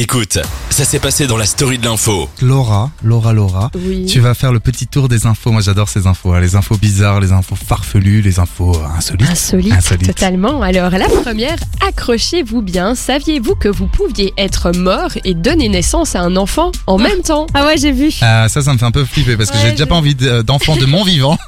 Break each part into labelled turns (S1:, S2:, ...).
S1: Écoute, ça s'est passé dans la story de l'info.
S2: Laura, Laura, Laura.
S3: Oui.
S2: Tu vas faire le petit tour des infos. Moi, j'adore ces infos. hein. Les infos bizarres, les infos farfelues, les infos euh, insolites.
S3: Insolite,
S2: Insolite.
S3: totalement. Alors, la première, accrochez-vous bien. Saviez-vous que vous pouviez être mort et donner naissance à un enfant en même temps
S4: Ah ouais, j'ai vu.
S2: Euh, ça, ça me fait un peu flipper parce que
S4: Ouais,
S2: j'ai déjà
S4: je-
S2: pas envie de- euh, d'enfant de mon vivant.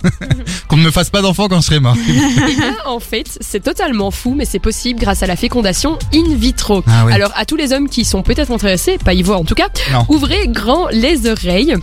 S2: Qu'on ne me fasse pas d'enfant quand je serai mort.
S3: Ah, En fait, c'est totalement fou, mais c'est possible grâce à la fécondation in vitro.
S2: Ah oui.
S3: Alors, à tous les hommes qui sont peut-être intéressés, pas y voir en tout cas,
S2: Non.
S3: ouvrez grand les oreilles.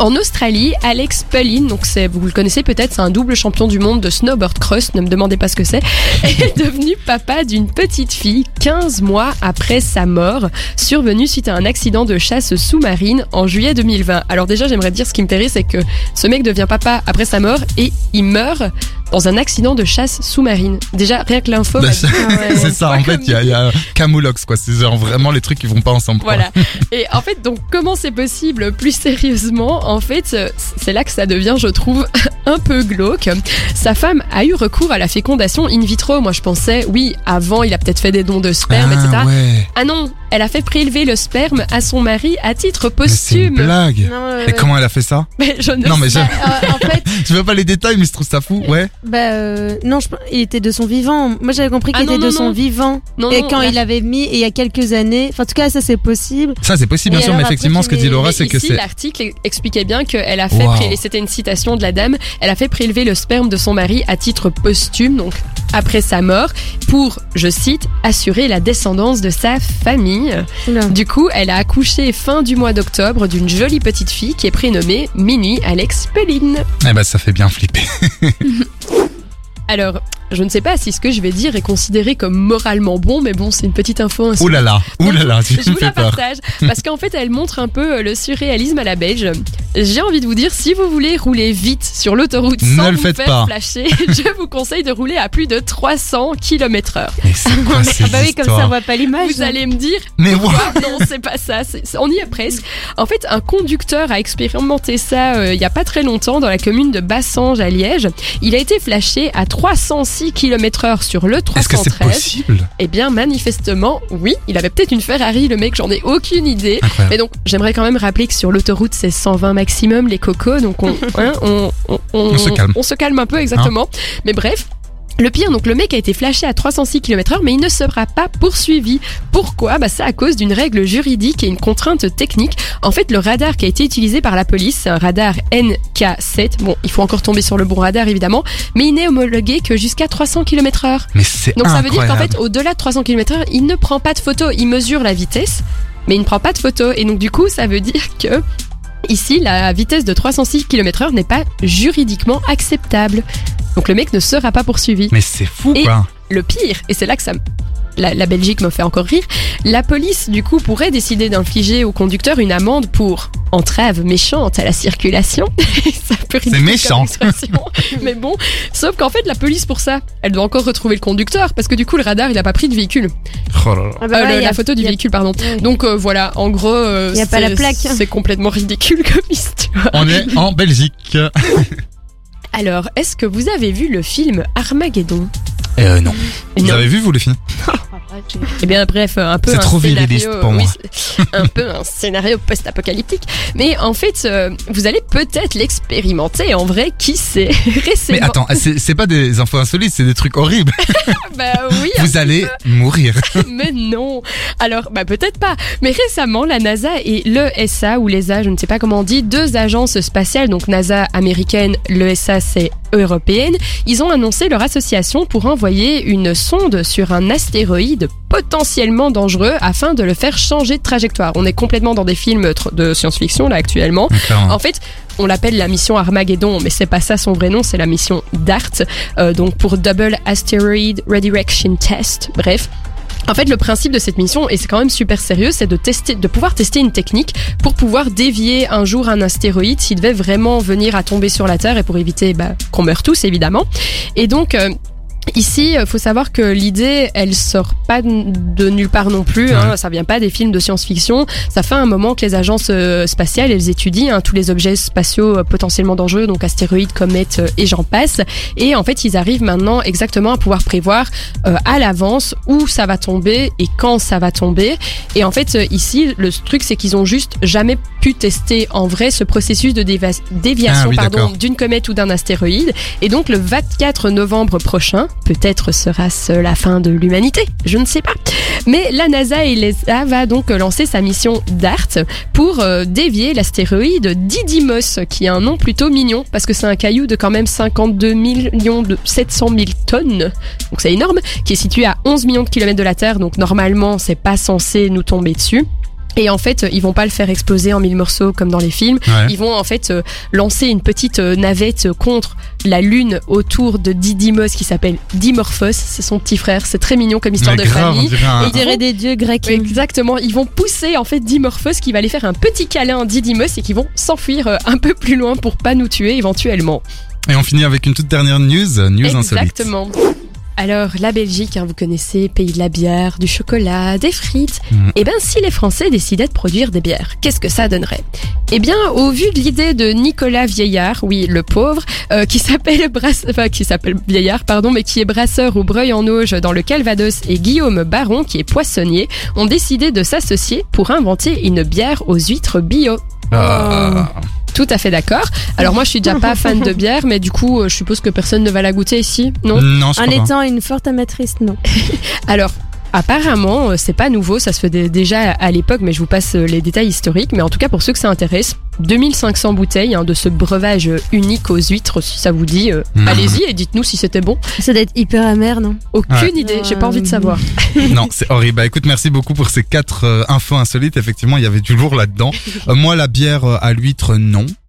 S3: En Australie, Alex Pullin, donc c'est, vous le connaissez peut-être, c'est un double champion du monde de snowboard cross, ne me demandez pas ce que c'est, est devenu papa d'une petite fille 15 mois après sa mort, survenue suite à un accident de chasse sous-marine en juillet 2020. Alors déjà, j'aimerais dire ce qui me fait rire, c'est que ce mec devient papa après sa mort et il meurt dans un accident de chasse sous-marine. Déjà, rien que l'info...
S2: Bah,
S3: m'a
S2: c'est-
S3: dit-
S2: c'est ça, en fait, il y a, il y a Camoulox, quoi. C'est genre vraiment les trucs qui vont pas ensemble. quoi. Ah,
S3: Voilà. Et en fait, donc, comment c'est possible Plus sérieusement, en fait, euh, c'est là que ça devient, je trouve, un peu glauque. Sa femme a eu recours à la fécondation in vitro. Moi, je pensais, oui, avant, il a peut-être fait des dons de sperme, etc.
S2: Ah ouais,
S3: Ah non, elle a fait prélever le sperme à son mari à titre
S2: mais c'est une
S3: posthume.
S2: blague.
S4: Non, euh,
S2: Et comment elle a fait ça
S3: Mais je ne
S2: Non, mais je,
S4: bah, euh, en fait,
S2: je veux pas les détails, mais je trouve ça fou. Ouais.
S4: bah, euh, non, je- il était de son vivant. Moi, j'avais compris qu'il
S3: Ah,
S4: était
S3: non,
S4: de
S3: non,
S4: son
S3: non.
S4: vivant.
S3: Non,
S4: et
S3: non,
S4: quand
S3: la-
S4: il avait mis, et il y a quelques années. Enfin, en tout cas, ça, c'est possible.
S2: Ça, c'est possible,
S4: Et
S2: bien sûr,
S4: alors,
S2: mais
S4: après,
S2: effectivement, ce que
S4: tu
S2: dit
S4: mets-
S2: Laura,
S3: Mais
S2: c'est que
S3: ici,
S2: c'est.
S3: l'article expliquait bien qu'elle a fait,
S2: Wow.
S3: prélever- c'était une citation de la dame, elle a fait prélever le sperme de son mari à titre posthume, donc après sa mort, pour, je cite, assurer la descendance de sa famille.
S2: Ah,
S4: Oula. Ah,
S3: Du coup, elle a accouché fin du mois d'octobre d'une jolie petite fille qui est prénommée Minnie Alex Pelline.
S2: Eh ben, ça fait bien flipper.
S3: Alors, je ne sais pas si ce que je vais dire est considéré comme moralement bon, mais bon, c'est une petite info hein, insolite.
S2: Ouh là là, ouh là là, tu
S3: Je
S2: me
S3: vous
S2: fais
S3: la
S2: peur.
S3: partage parce qu'en fait elle montre un peu euh, le surréalisme à la belge. J'ai envie de vous dire si vous voulez rouler vite sur l'autoroute
S2: Ne
S3: sans
S2: le
S3: vous
S2: faites
S3: faire
S2: pas.
S3: flasher, je vous conseille de rouler à plus de 300 km/h.
S2: Mais c'est quoi ces
S4: Ah bah oui, comme ça, on
S2: histoires
S4: voit pas l'image.
S3: Vous allez me dire
S2: Mais wow,
S3: ah, non, c'est pas ça, c'est- c'est- on y est presque. En fait, un conducteur a expérimenté ça euh, il y a pas très longtemps dans la commune de Bassange à Liège. Il a été flashé à 306 km/h sur le
S2: est-ce que c'est
S3: 313.
S2: possible
S3: Eh bien, manifestement, oui, il avait peut-être une Ferrari, le mec, j'en ai aucune idée.
S2: Incroyable.
S3: Mais donc, j'aimerais quand même rappeler que sur l'autoroute, c'est 120 maximum, les cocos. Donc, on, hein, on, on,
S2: On se calme.
S3: on se calme un peu, exactement. Mais bref. Le pire, donc le mec a été flashé à 306 km/h, mais il ne sera pas poursuivi. Pourquoi Bah, c'est à cause d'une règle juridique et une contrainte technique. En fait, le radar qui a été utilisé par la police, c'est un radar NK7. Bon, il faut encore tomber sur le bon radar, évidemment, mais il n'est homologué que jusqu'à 300 km/h.
S2: Mais c'est
S3: Donc ça veut dire
S2: incroyable.
S3: qu'en fait, au-delà de 300 km/h, il ne prend pas de photos. Il mesure la vitesse, mais il ne prend pas de photos. Et donc du coup, ça veut dire que ici, la vitesse de 306 km/h n'est pas juridiquement acceptable. Donc le mec ne sera pas poursuivi.
S2: Mais c'est fou,
S3: Et-
S2: quoi.
S3: Le pire, et c'est là que ça, m- la, la Belgique me fait encore rire, la police du coup pourrait décider d'infliger au conducteur une amende pour entrave méchante à la circulation. Ça peut ridicule comme
S2: méchant.
S3: expression, mais bon, sauf qu'en fait la police pour ça, elle doit encore retrouver le conducteur parce que du coup le radar il a pas pris de véhicule,
S2: Oh là là.
S4: Ah bah
S3: Euh,
S4: ouais,
S3: le-
S4: il y a-
S3: la photo du
S4: il y a-
S3: véhicule pardon.
S4: Ouais.
S3: Donc euh, voilà, en gros, euh,
S4: Il y a pas la
S3: c'est-
S4: plaque.
S3: C'est complètement ridicule comme histoire.
S2: On est en Belgique.
S3: Alors, est-ce que vous avez vu le film Armageddon
S2: Euh, non. Vous
S3: Non.
S2: avez vu, vous, les filles
S3: Eh bien, bref, un peu
S2: C'est
S3: un
S2: trop
S3: scénario,
S2: viriliste pour moi.
S3: oui, c'est un peu un scénario post-apocalyptique. Mais en fait, euh, vous allez peut-être l'expérimenter. En vrai, qui sait
S2: Mais
S3: Récemment,
S2: attends, ah, c'est c'est pas des infos insolites, c'est des trucs horribles.
S3: bah oui,
S2: Vous allez mourir.
S3: mais non. Alors, bah peut-être pas. Mais récemment, la NASA et l'ESA ou l'ESA, je ne sais pas comment on dit, deux agences spatiales, donc NASA américaine, l'ESA c'est européenne, ils ont annoncé leur association pour envoyer une sonde sur un astéroïde potentiellement dangereux afin de le faire changer de trajectoire. On est complètement dans des films tr- de science-fiction là actuellement.
S2: Ah.
S3: En fait, on l'appelle la mission Armageddon, mais c'est pas ça son vrai nom, c'est la mission DART, euh, donc pour Double Asteroid Redirection Test. Bref. En fait, le principe de cette mission, et c'est quand même super sérieux, c'est de tester, de pouvoir tester une technique pour pouvoir dévier un jour un astéroïde s'il devait vraiment venir à tomber sur la Terre et pour éviter bah, qu'on meure tous, évidemment. Et donc, euh, Ici, euh, faut savoir que l'idée, elle sort pas de- de nulle part non plus. Hein, ça vient pas des films de science-fiction. Ça fait un moment que les agences euh, spatiales, elles étudient hein, tous les objets spatiaux euh, potentiellement dangereux, donc astéroïdes, comètes euh, et j'en passe. Et en fait, ils arrivent maintenant exactement à pouvoir prévoir euh, à l'avance où ça va tomber et quand ça va tomber. Et en fait, euh, ici, le truc, c'est qu'ils ont juste jamais pu tester en vrai ce processus de déva- déviation
S2: Ah oui,
S3: pardon,
S2: d'accord.
S3: d'une comète ou d'un astéroïde. Et donc le 24 novembre prochain, peut-être sera-ce la fin de l'humanité, je ne sais pas. Mais la NASA et l'ESA va donc lancer sa mission DART pour euh, dévier l'astéroïde Didymos, qui a un nom plutôt mignon parce que c'est un caillou de quand même 52 millions de 700 000 tonnes, donc c'est énorme, qui est situé à 11 millions de kilomètres de la Terre, donc normalement c'est pas censé nous tomber dessus. Et en fait, ils vont pas le faire exploser en mille morceaux comme dans les films.
S2: Ouais.
S3: Ils vont en fait euh, lancer une petite euh, navette euh, contre la Lune autour de Didymos qui s'appelle Dimorphos. C'est son petit frère. C'est très mignon comme histoire
S2: Mais
S3: de
S2: grave, on
S3: famille.
S2: dirait un-
S4: On dirait des dieux grecs.
S3: Oui, Exactement, ils vont pousser en fait Dimorphos qui va aller faire un petit câlin à Didymos et qui vont s'enfuir euh, un peu plus loin pour pas nous tuer éventuellement.
S2: Et on finit avec une toute dernière news, euh, news insolite.
S3: Exactement. Alors, la Belgique, hein, vous connaissez, pays de la bière, du chocolat, des frites.
S2: Mhm.
S3: Eh bien, si les Français décidaient de produire des bières, qu'est-ce que ça donnerait Eh bien, au vu de l'idée de Nicolas Vieillard, oui, le pauvre, euh, qui s'appelle brasse- enfin, qui s'appelle Vieillard, pardon, mais qui est brasseur au Breuil-en-Auge dans le Calvados, et Guillaume Baron, qui est poissonnier, ont décidé de s'associer pour inventer une bière aux huîtres bio.
S2: Ah.
S3: Tout à fait d'accord. Alors moi, je suis déjà pas fan de bière, mais du coup, euh, je suppose que personne ne va la goûter ici, non
S2: Non, je
S4: En
S2: crois pas.
S4: étant une forte amatrice, non.
S3: Alors. Apparemment, euh, c'est pas nouveau, ça se fait dé- déjà à l'époque, mais je vous passe euh, les détails historiques. Mais en tout cas, pour ceux que ça intéresse, 2500 bouteilles hein, de ce breuvage euh, unique aux huîtres, si ça vous dit, euh,
S2: Mhm.
S3: allez-y et dites-nous si c'était bon.
S4: Ça doit être hyper amer, non
S3: Aucune
S2: Ouais.
S3: idée, j'ai pas envie de
S4: Euh,
S3: savoir.
S2: Non, c'est horrible. Bah écoute, merci beaucoup pour ces quatre euh, infos insolites. Effectivement, il y avait du lourd là-dedans. Euh, moi, la bière euh, à l'huître, non.